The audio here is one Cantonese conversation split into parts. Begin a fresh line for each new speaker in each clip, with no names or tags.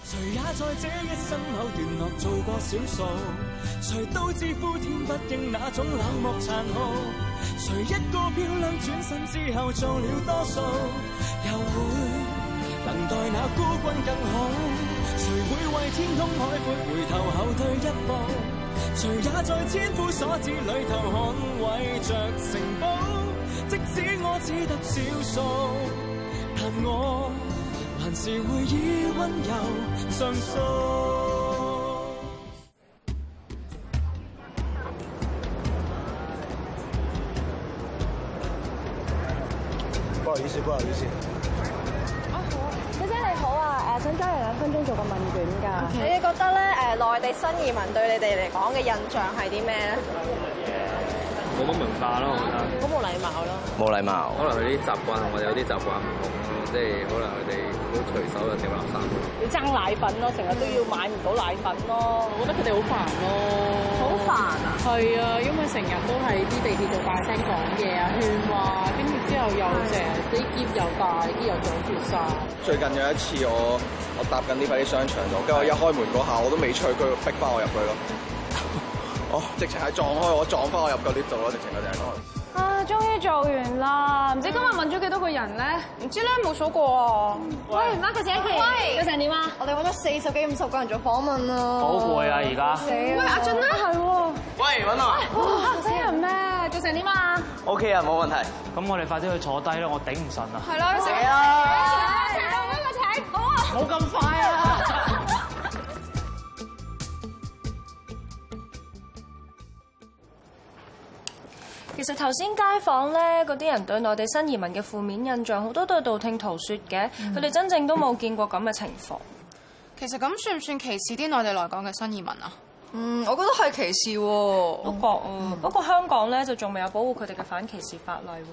誰也在這一生某段落做過少數，誰都知呼天不應那種冷漠殘酷，誰一個漂亮轉身之後做了多數，又會能待那孤軍更好，誰會為天空海闊回頭後退一步，誰也在千夫所指裏頭捍衛着城堡，即使我只得少數，但我。還是會以溫柔上訴。
不好意思，不好意思。
小姐你好啊，誒想加你兩分鐘做個問卷㗎。你哋覺得咧誒內地新移民對你哋嚟講嘅印象係啲咩咧？
冇乜文化咯，我覺得。
好冇禮貌咯。
冇禮貌。
可能佢啲習慣同我哋有啲習慣唔同咯，即係可能佢哋好隨手就掉垃圾。
要爭奶粉咯，成日都要買唔到奶粉咯，我覺得佢哋好煩咯。
好煩啊！
係啊，因為成日都喺啲地鐵度大聲講嘢啊、勸話，跟住之後又成日啲篋又大，啲又長脱晒。
最近有一次我我搭緊呢塊啲商場度，跟住我一開門嗰下我都未出去，佢逼翻我入去 咯。哦，直情係撞開我，撞翻我入個 lift 度咯，直情佢就係講。
啊，終於做完啦！唔知今日問咗幾多個人咧？唔知咧，冇數過啊！喂，Mark 姐，
喂
成點啊？
我哋揾咗四十幾五十個人做訪問啊！
好攰啊！而家
喂，阿俊啊咧係喎，
喂，揾
啊
我。
哇，死人咩？做成點啊？
O K 啊，冇問題。
咁，我哋快啲去坐低啦！我頂唔順啦。
係啦，
嚟啊！
冇咁快啊！
其實頭先街坊咧，嗰啲人對內地新移民嘅負面印象，好多都係道聽途說嘅，
嗯
佢哋真正都冇見過咁嘅情況。
其實咁算唔算歧視啲內地來港嘅新移民啊？
嗯，我覺得係歧視喎。嗯
不過，嗯不過香港咧就仲未有保護佢哋嘅反歧視法例喎。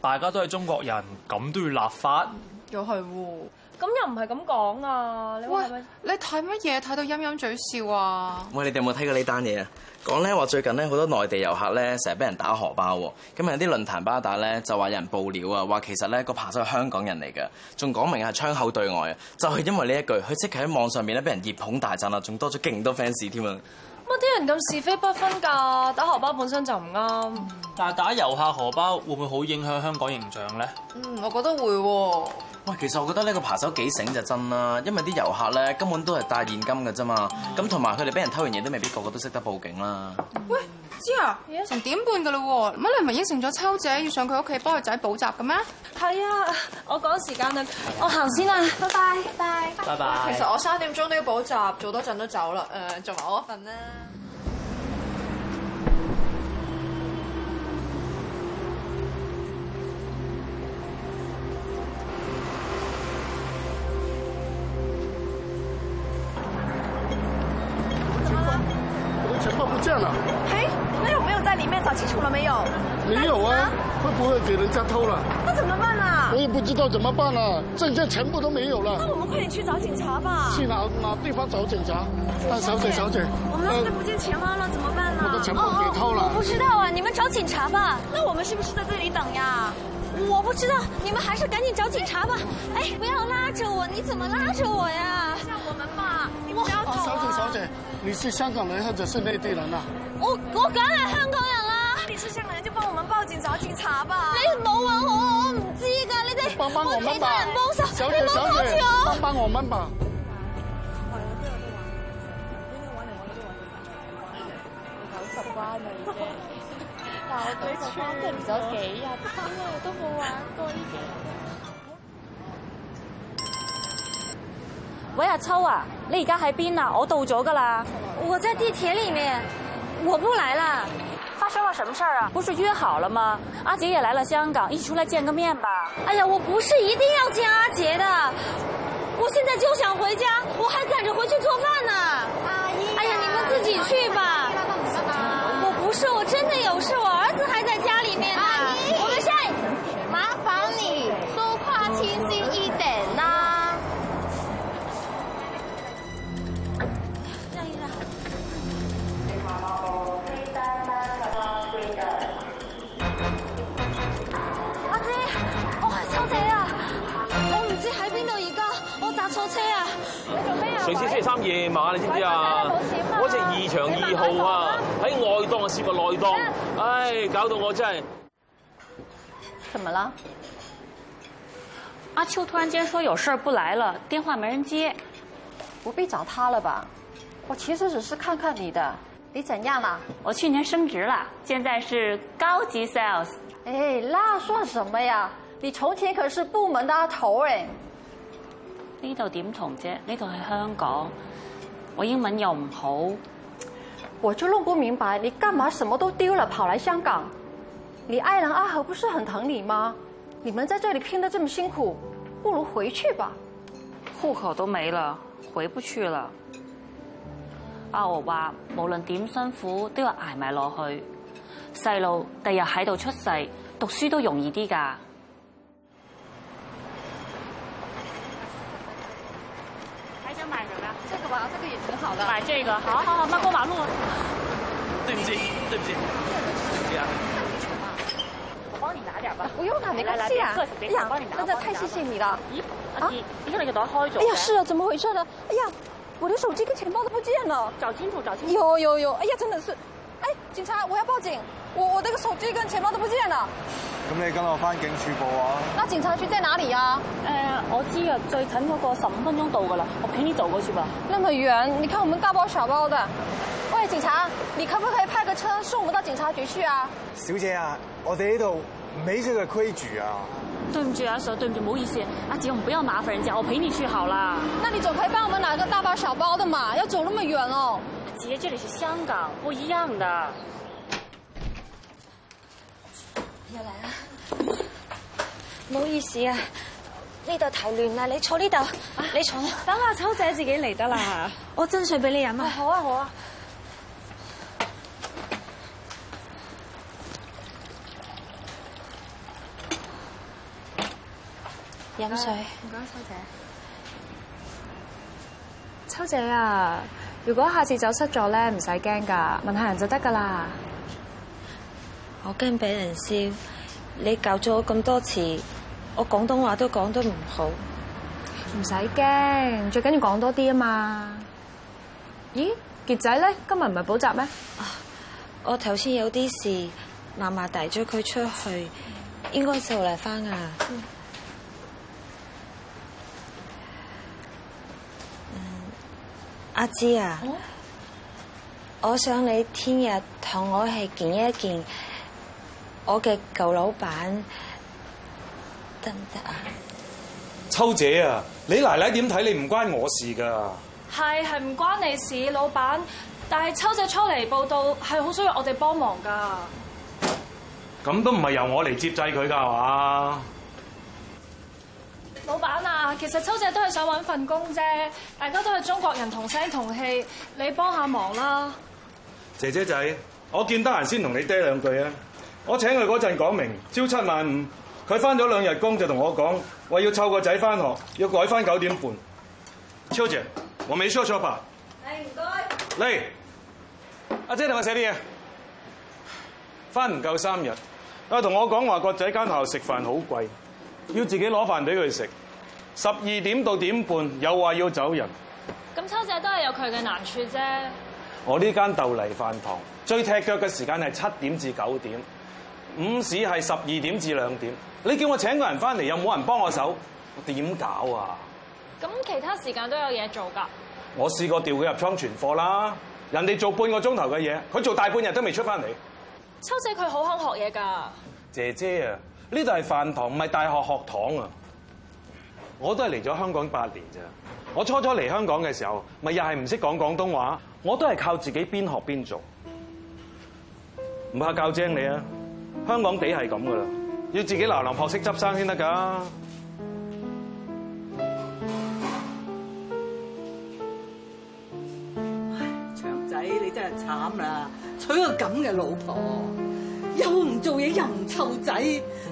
大家都係中國人，咁都要立法？
又係喎。
咁又唔係咁講啊！你話係咪
喂，你睇乜嘢睇到陰陰嘴笑啊？
喂，你哋有冇睇過呢單嘢啊？講咧話最近咧好多內地遊客咧成日俾人打荷包喎，咁有啲論壇巴打咧就話有人報料啊，話其實咧個扒手係香港人嚟嘅，仲講明係窗口對外啊，就係因為呢一句，佢即刻喺網上面咧俾人熱捧大讚啦，啊仲多咗勁多 fans 添啊！
乜啲人咁是非不分㗎？打荷包本身就唔啱。
但係打遊客荷包會唔會好影響香港形象咧？
嗯，我覺得會喎。
喂，其實我覺得呢個扒手幾醒就真啦，因為啲遊客咧根本都係帶現金嘅啫嘛，咁同埋佢哋俾人偷完嘢都未必個個都識得報警啦。
喂，知啊，成點半㗎啦喎，乜你唔係應承咗秋姐要上佢屋企幫佢仔補習嘅咩？
係啊，我趕時間啦，我行先啊啦，拜拜。
拜拜。
其實我三點鐘都要補習，做多陣都走啦。誒、做埋我嗰份啦。
情況不見了，
嘿，那有沒有在裡面找清楚了沒有？
沒有啊？會不會給人家偷了？
那怎麼辦啊？
我也不知道怎麼辦啊！證件全部都沒有了，
我們啊快點去找警察吧。
去哪哪地方找警察？啊，小姐，小姐，呃
我们要是不见钱包了怎麼辦呢？哦
我的錢包被偷了
我不知道啊，你們找警察吧。那我們是不是在這裡等呀？我不知道，你們還是趕緊找警察吧。哎，不要拉着我，你怎麼拉着我呀？像我們嘛，你不要走、啊。
小姐，小姐，你是香港人或者是內地人啊？
我我梗係香港人啦！你是香港人就幫我們報警找警察吧。你唔好揾我，我唔知㗎，你哋
幫幫我
其
們
他
吧
人幫手，，哦
小
你
姐，
唔好
小
阻
姐
住我，。
幫我們吧。
喂，阿秋啊，你而家喺邊啊？我到咗㗎啦。
我在地鐵裡面，我不來了。
發生了什麼事兒啊？不是約好了嗎？阿杰也來了香港，一起出來見個面吧。
哎呀，我不是一定要见阿杰的，我现在就想回家，我还赶着回去做饭呢。阿姨，哎呀，你们自己去吧。我不是，我真的有事，我儿子还在家里面呢。阿姨，我们下一。麻烦你说话清晰一点啦。阿姐，哦哦我係秋姐啊，我唔知喺邊度而家，我搭錯車啊。
上次星期三夜晚，你知唔知啊？嗰隻二場二號啊，喺外檔啊試過內檔，唉，搞到我真係〜
怎么了？阿秋突然间说有事儿不来了，电话没人接，不必找他了吧？我其实只是看看你的。你怎样了？我去年升职了，现在是高级 sales。
哎，那算什么呀？你从前可是部门的阿头哎。
呢度點同啫？呢度係香港，我英文又唔好。
我就弄不明白，你干嘛什么都丢了跑来香港？你爱人阿和不是很疼你吗？你们在这里拼得这么辛苦，不如回去吧。
户口都沒了，回不去了。阿豪話：無論點辛苦，都要捱埋落去。細路第日喺度出世，讀書都容易啲㗎。
啊
还想买什么呀？这个吧，这个也挺好的。
买这个，好好好，慢过马路。
對唔住，對唔住，對唔住啊！
我帮你拿点吧。
不用了，没关系啊。哎呀，真的太谢谢你了。
咦，阿迪，你看那个袋开咗。
哎呀，是啊，怎么回事呢？哎呀，我的手机跟钱包都不见了。
找清楚，找清楚。
有有有，哎呀，真的是，哎，警察，我要报警，我我那个手机跟钱包都不见了。
咁你跟我翻警署報啊！
那警察局在哪里啊呀、
誒、我知啊，最近嗰個十五分鐘到噶啦，我陪你走過去吧。
那么远，你看我们大包小包的。喂，警察，你可不可以派个车送我们到警察局去啊？
小姐啊，我哋呢度美式嘅規矩啊！
對唔住啊，阿 Sir，對唔住，唔好意思，阿姐，我們不要麻煩人家，我陪你去好啦。
那你总可以帮我们拿个大包小包的嘛，要走那么远哦。
姐，這裡是香港，不一樣的。
又嚟啦！唔好意思啊，呢度頭亂啦，你坐呢度，你坐。等阿秋姐自己嚟得啦，我斟水俾你飲啊！好啊，好啊。飲水。
唔該，秋姐。
秋姐啊，如果下次走失咗咧，唔使驚噶，問下人就得噶啦。
我驚俾人笑，你教咗我咁多次，我廣東話都講得唔好。
唔使驚，最緊要講多啲啊嘛。咦，傑仔咧，今日唔係補習咩？
啊我頭先有啲事，嫲嫲帶咗佢出去，應該就嚟翻噶啦。嗯，嗯阿芝啊，
哦
我想你聽日同我去見一見我嘅舊老闆，得唔得啊？
秋姐啊，你奶奶點睇你唔關我事㗎。
係係唔關你事，老闆。但係秋姐初嚟報道係好需要我哋幫忙㗎。
咁都唔係由我嚟接濟佢㗎係嘛？
老闆啊，其實秋姐都係想揾份工啫，大家都係中國人同聲同氣，你幫下忙啦。
姐姐仔，我見得閒先同你嗲兩句啊！我請佢嗰陣講明朝七晚五，佢翻咗兩日工就同我講話要湊個仔翻學，要改翻九點半。秋姐，我沒說錯吧？
係唔該。
嚟，阿姐同我寫啲嘢。翻唔夠三日，佢同我講話個仔間學校食飯好貴，要自己攞飯俾佢食。十二點到點半又話要走人。
咁秋姐都係有佢嘅難處啫。
我呢間豆泥飯堂最踢腳嘅時間係七點至九點，午市係十二點至兩點。你叫我請個人翻嚟，又冇人幫我手，我點搞啊？
咁其他時間都有嘢做㗎。
我試過調佢入倉存貨啦，人哋做半個鐘頭嘅嘢，佢做大半日都未出翻嚟。
秋姐佢好肯學嘢㗎。
姐姐啊，呢度係飯堂，唔係大學學堂啊！我都係嚟咗香港八年咋。我初初嚟香港嘅時候，咪又係唔識講廣東話，我都係靠自己邊學邊做。唔怕教精你啊！香港地係咁噶啦，要自己嗱嗱學識執生先得㗎。
長仔，你真係慘啦！娶個咁嘅老婆，又唔做嘢，又唔湊仔，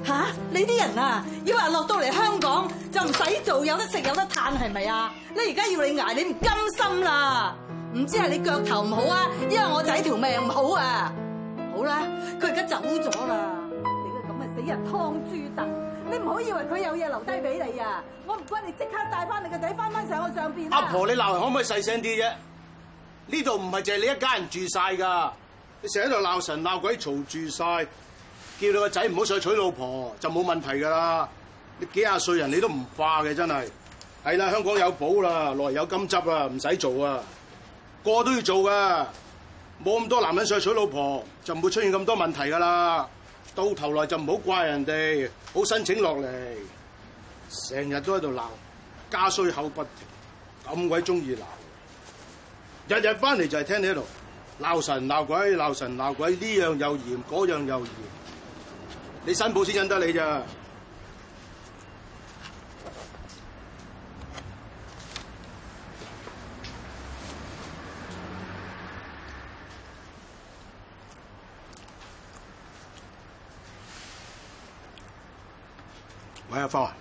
吓、你啲人啊，以為落到嚟香港就唔使做，有得食有得嘆，係咪啊？你而家要你捱，你唔甘心啦！唔知係你腳頭唔好啊，因為我仔條命唔好啊！好啦，佢而家走咗啦，你個咁嘅死人劏豬凳，你唔好以為佢有嘢留低俾你啊！我唔該你即刻帶翻你個啊仔翻翻上去上邊啦
阿婆，你鬧人可唔可以細聲啲啫？呢度唔係淨係你一家人住晒㗎，你成日喺度鬧神鬧鬼嘈住晒，叫你個仔唔好上去娶老婆就冇問題㗎啦。你幾廿歲人你都唔化嘅真係，係啦，香港有寶啦，內有金執啦，唔使做啊，個個都要做㗎。冇咁多男人上去娶老婆，就唔會出現咁多問題㗎啦。到頭來就唔好怪人哋，好申請落嚟，成日都喺度鬧，家衰口不停。咁鬼中意鬧，日日翻嚟就係聽你喺度鬧神鬧鬼鬧神鬧鬼，呢樣又嫌，嗰樣又嫌，你新抱先忍得你咋？喂，阿科，啊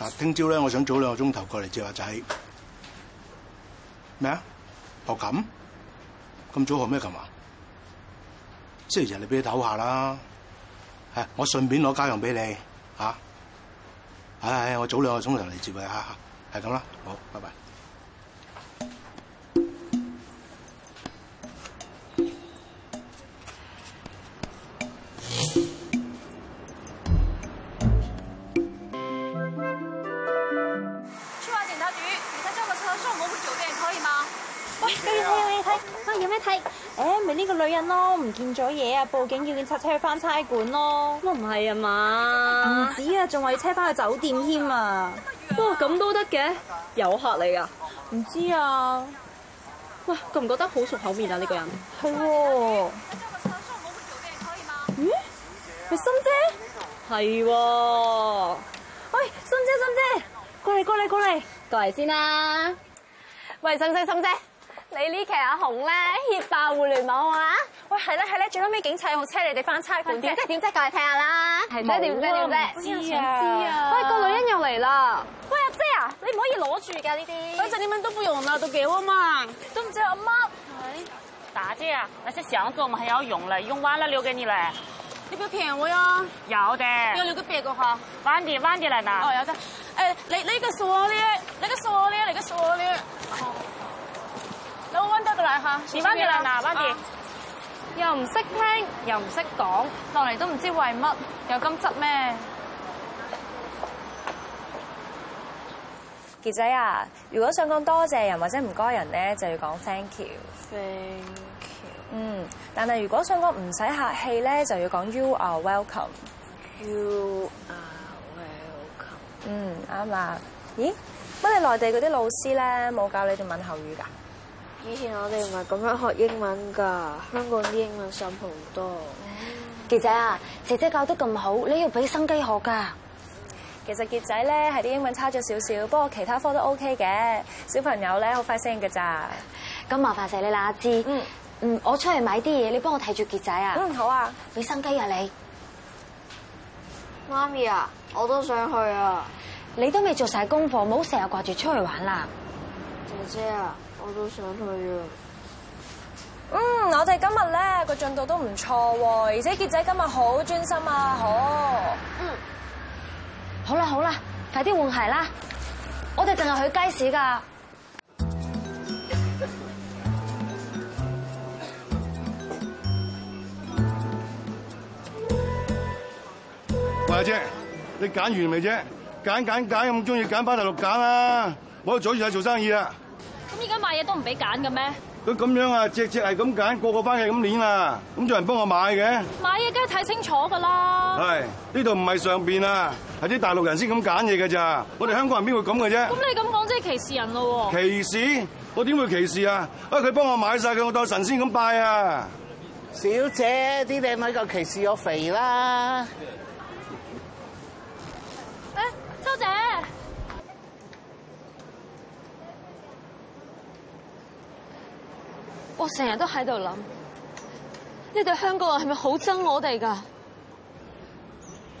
嗱，聽朝咧，我想早兩個鐘頭過嚟接阿仔。咩啊？學琴？咁早學咩琴啊？星期日你俾你唞下啦。係，我順便攞家用俾你嚇。唉、我早兩個鐘頭嚟接佢嚇，係咁啦。好，拜拜。
去完警察局，你再叫个车送我回酒店，可以吗？
喂，有嘢睇，有嘢睇，啊有咩睇？誒，咪呢個女人咯，唔見咗嘢啊，報警叫警察車佢翻差館咯。我唔係啊嘛，唔止啊，仲話要車翻去酒店添啊。哇，咁都得嘅，
遊客嚟噶，
唔知啊，
哇，覺唔覺得好熟口面啊？呢個人
係喎。咦？咪心姐？
係喎，
喂，心姐，心姐，過嚟，過嚟，過嚟，過嚟先啦。
喂，心姐心姐，你呢期阿紅咧 hit 爆互聯網啊！喂，係咧係咧，最後尾警察用車你哋翻差館點啫點啫，過嚟睇下啦。係
冇啊
啫點啫點啫，
唔知啊
喂，個女人又嚟啦！喂，阿姐啊，你唔可以攞住㗎呢啲。
反正你們都不用了，都給我嘛。
都唔知阿媽。
打姐啊，那些祥子我们还要用嘞，用完了留给你嘞。
你不要騙我呀！
要的。
要留個別個嚇。
晚點晚點嚟拿。
哦，有得。誒，你你個鎖咧，你個鎖咧，你個鎖咧。哦。那我揾得過來嚇。
你彎啲嚟嗱彎啲
啊
又唔識聽，又唔識講，落嚟都唔知為乜，有咁執咩？
傑仔啊，如果想講多謝人或者唔該人咧，就要講 thank you。
Thank
you。嗯，但係如果想講唔使客氣咧，就要講 you are welcome。
You
are welcome。嗯，啱啦。咦？乜你內地嗰啲老師咧冇教你哋問候語㗎？
以前我哋唔係咁樣學英文㗎，香港啲英文深好多。
傑仔啊，姐姐教得咁好，你要俾心機學㗎。
其實傑仔咧係啲英文差咗少少，不過其他科都 OK 嘅。小朋友咧好快適應㗎咋。
咁麻煩晒你啦，阿芝。嗯。我出去買啲嘢，你幫我睇住傑仔啊。
嗯，好啊。
俾心機啊你。
媽咪啊，我都想去啊！
你都未做晒功課，唔好成日掛住出去玩啦。
姐姐啊，我都想去啊！
嗯，我哋今日咧個進度都唔錯喎，而且傑仔今日好專心啊，
哦
好。嗯。
好啦好啦，快啲換鞋啦！我哋淨係去街市㗎。
喂阿姐，你揀完未啫？揀揀揀咁中意揀翻大陸揀啊啦，唔好阻住晒做生意啊！
咁而家買嘢都唔俾揀嘅咩？
佢咁樣啊，隻隻係咁揀，個個翻去咁鏈啊，咁仲有人幫我買嘅？
買嘢梗係睇清楚噶啦。
係呢度唔係上邊啊，係啲大陸人先咁揀嘢嘅咋，我哋香港人邊會咁嘅啫
咁？你咁講即係歧視人咯喎。
歧視？我點會歧視啊？啊佢幫我買晒嘅，我當神仙咁拜啊！
小姐，啲靚女夠歧視我肥啦。
誒，秋姐，
我成日都喺度諗，你哋香港人係咪好憎我哋㗎？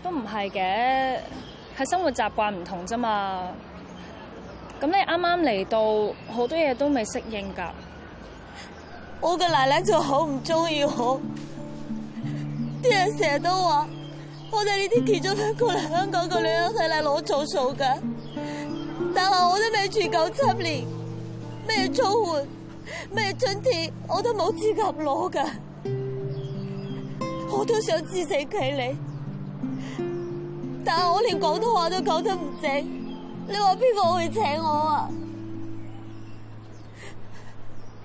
都唔係嘅，係生活習慣唔同啫嘛。咁你啱啱嚟到，好多嘢都未適應㗎。
我嘅奶奶就好唔中意我，啲人成日都話
我哋呢啲其中香過嚟香港嘅女人係嚟攞做數噶，但係我都未住夠七年，咩租援、咩津貼我都冇資格攞噶，我都想知死佢你，但係我連廣東話都講得唔正，你話邊個會請我啊？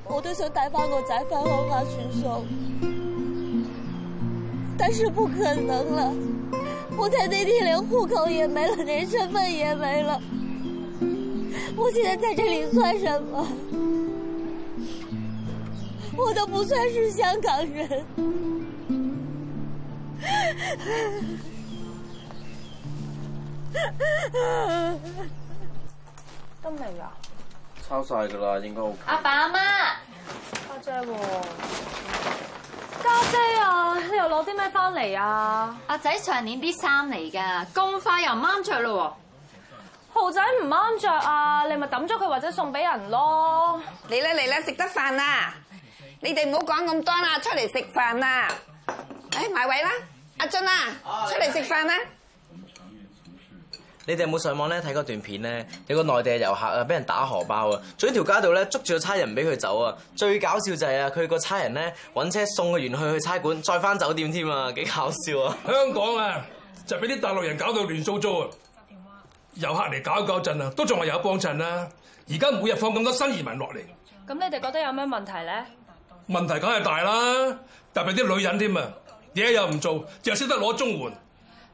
我都想帶翻個仔翻鄉下算數。但是不可能了，我在内地连户口也没了，连身份也没了，我现在在这里算什么？我都不算是香港人。
得未啊？
抄晒㗎啦，應該 OK。
阿爸阿媽，家姐喎，家姐啊，你又攞啲咩翻嚟啊？
阿仔上年啲衫嚟㗎，咁快又唔啱着咯
豪仔唔啱着啊，你咪抌咗佢或者送俾人咯。
嚟啦嚟啦，食得飯啦！你哋唔好講咁多啦，出嚟食飯啦！誒，埋位啦，阿俊啊，出嚟食飯啦！
你哋有冇上網咧睇嗰段片咧？有個內地嘅遊客啊，俾人打荷包啊，仲喺條街度咧捉住個差人唔俾佢走啊！最搞笑就係啊，佢個差人咧揾車送佢完去去差館，再翻酒店添啊，幾搞笑啊！
香港啊，就俾啲大陸人搞到亂糟糟啊！遊客嚟搞搞震啊，都仲係有幫襯啦。而家每日放咁多新移民落嚟，
咁你哋覺得有咩問題咧？
問題梗係大啦，特別啲女人添啊，嘢又唔做，淨係識得攞綜援。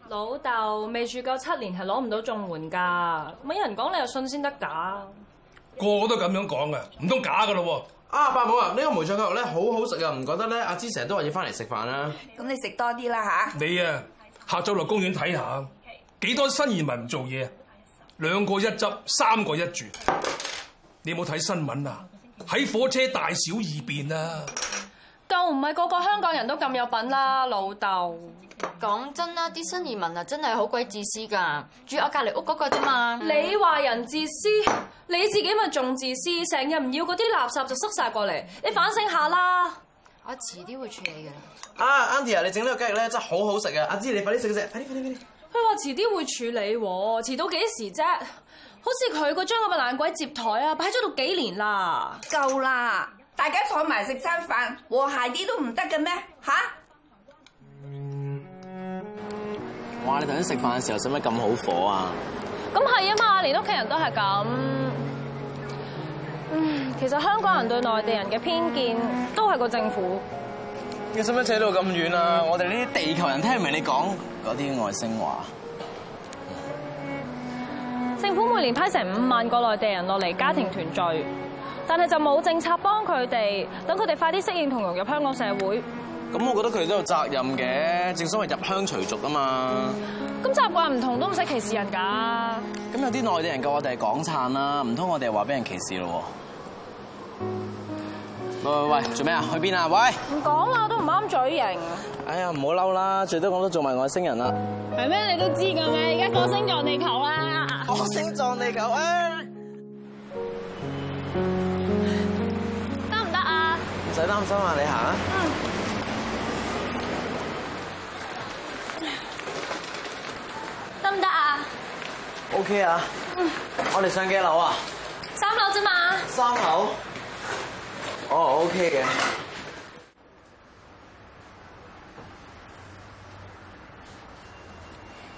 老豆未住夠七年係攞唔到綜援㗎，乜人講你又信先得㗎？
個個都咁樣講嘅，唔通假噶咯
啊，伯母啊，呢個梅菜扣肉咧好好食啊，唔覺得咧？阿芝成日都話要翻嚟食飯啊啦。
咁你食多啲啦
喎！你啊，下晝落公園睇下，幾多新移民唔做嘢，兩個一執，三個一住。你有冇睇新聞啊？喺火車大小二便啊！
夠唔係個個香港人都咁有品啦，老豆。
講真啦，啲新移民啊，真係好鬼自私㗎，住我隔離屋嗰個啫嘛。
你話人自私，你自己咪仲自私，成日唔要嗰啲垃圾就塞晒過嚟，你反省下啦。
我遲啲會處理㗎啦。
啊，Auntie 啊，你整呢個雞翼咧真係好好食啊！阿芝你快啲食嗰隻，快啲快啲快啲！
佢話遲啲會處理喎，遲到幾時啫？好似佢嗰張咁嘅爛鬼接台啊，擺咗度幾年啦。
夠啦，大家坐埋食餐飯，和諧啲都唔得嘅咩？吓？
哇！你頭先食飯嘅時候使唔使咁好火啊？
咁係啊嘛，連屋企人都係咁。嗯，其實香港人對內地人嘅偏見都係個政府。
你使唔使扯到咁遠啊？我哋呢啲地球人聽唔明你講嗰啲外星話。
政府每年批成五萬個內地人落嚟家庭團聚，但係就冇政策幫佢哋，等佢哋快啲適應同融入香港社會。
咁我覺得佢哋都有責任嘅，正所謂入鄉隨俗啊嘛。
咁習慣唔同都唔使歧視人㗎。
咁有啲內地人夠我哋係港燦啦，唔通我哋話俾人歧視咯喎？喂喂喂，做咩啊？去邊啊？喂！
唔講啦，都唔啱嘴型。
哎呀，唔好嬲啦，最多我都做埋外星人啦。
係咩？你都知㗎咩？而家火星撞地球啦！
火星撞地球啊！
得唔得啊？
唔使擔心啊，你行啊。
嗯。得唔得啊
？OK 啊。嗯。我哋上幾樓啊？
三樓啫嘛。
三樓。哦，OK 嘅。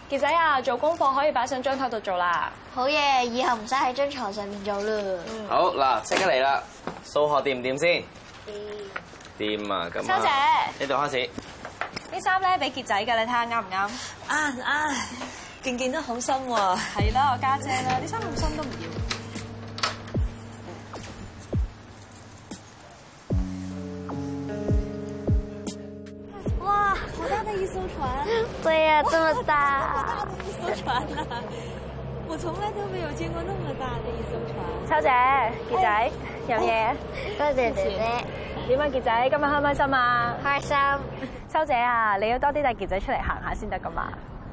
傑仔啊，做功課可以擺上張台度做啦。嗯
好嘢，以後唔使喺張床上面做啦。
好嗱，即刻嚟啦！數學掂唔掂先？掂啊，咁啊。
收姐
呢度開始。
呢衫咧俾傑仔㗎，你睇下啱唔啱？
啱啱，啊件件都好深喎。
係啦，我家姐啦，啲衫咁深都唔要。
哇，好大的一艘船！
对呀、这么
好
大
大。的一艘船啊！我從來都沒有見過那麼大的一艘船。
秋姐，傑仔飲嘢，
多謝姐姐。
哦點啊，傑仔，今日開唔開心啊？
開心。
秋姐啊，你要多啲帶傑仔出嚟行下先得噶嘛。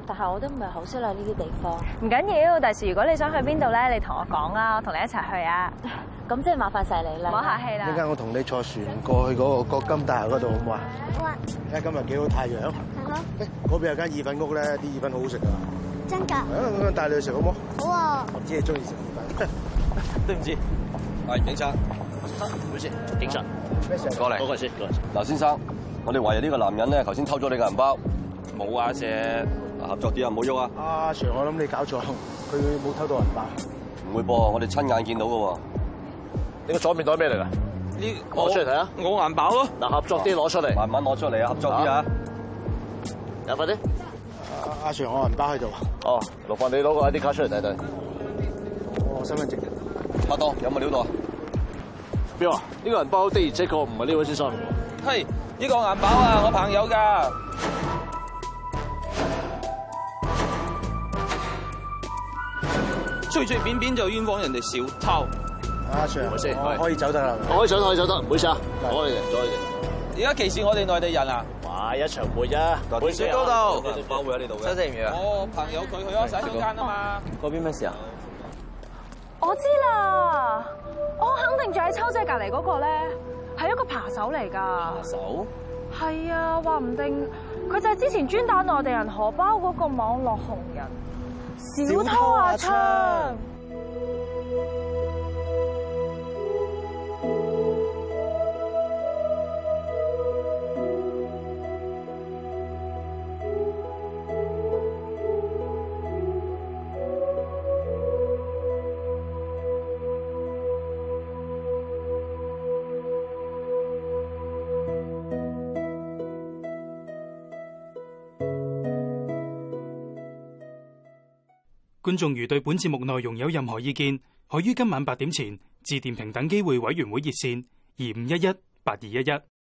但係我都唔係好識啦呢啲地方。
唔緊要，第時如果你想去邊度咧，你同我講啊，我同你一齊去啊。
咁即係麻煩晒你啦。
唔好客氣
陣
啦。
間我同你坐船過去嗰個國金大廈嗰度好唔好啊？
哇，
而家今日幾好太陽，
咯，
嗰邊有間意粉屋咧，啲意粉好好食噶。
真㗎。
啊，咁樣帶你去食好冇？
好啊，
我知你中意食意粉。
對唔住，係警察。唔好意思，警察。過嚟，嗰個先，嗱，先生，我哋懷疑呢個男人咧，頭先偷咗你嘅銀包。冇啊，謝。合作啲啊，唔好喐啊。
阿 Sir，我諗你搞錯，佢冇偷到銀包。
唔會噃，我哋親眼見到嘅喎。你個左面袋咩嚟㗎？呢攞出嚟睇下，我銀包咯。嗱，合作啲攞出嚟，慢慢攞出嚟啊，合作啲啊。有快啲。
阿 Sir，我銀包喺度。啊
哦，勞煩你攞個 ID 卡出嚟睇睇。
我身份證。
拍檔有冇料到啊？邊啊？呢個銀包的而且確唔係呢位先生。
嘿，呢個銀包啊，我朋友㗎。隨隨便便就冤枉人哋小偷。
阿 Sir，
我先
我可以走得啦。
可以上，可以上得，唔好意思啊。阻你哋，阻你哋。
而家歧視我哋內地人啊！
哇！一場會啊，會
雪糕度
包會喺呢度
真
嘅。
係唔要啊！我朋友佢去咗洗手間啊嘛。
嗰邊咩事啊？
我知啦，我肯定就喺秋姐隔離嗰個咧，係一個扒手嚟㗎。扒
手？
係啊，話唔定佢就係之前專打內地人荷包嗰個網絡紅人小偷啊阿昌。
啊
觀眾如對本節目內容有任何意見，可於今晚八點前致電平等機會委員會熱線二五一一八二一一。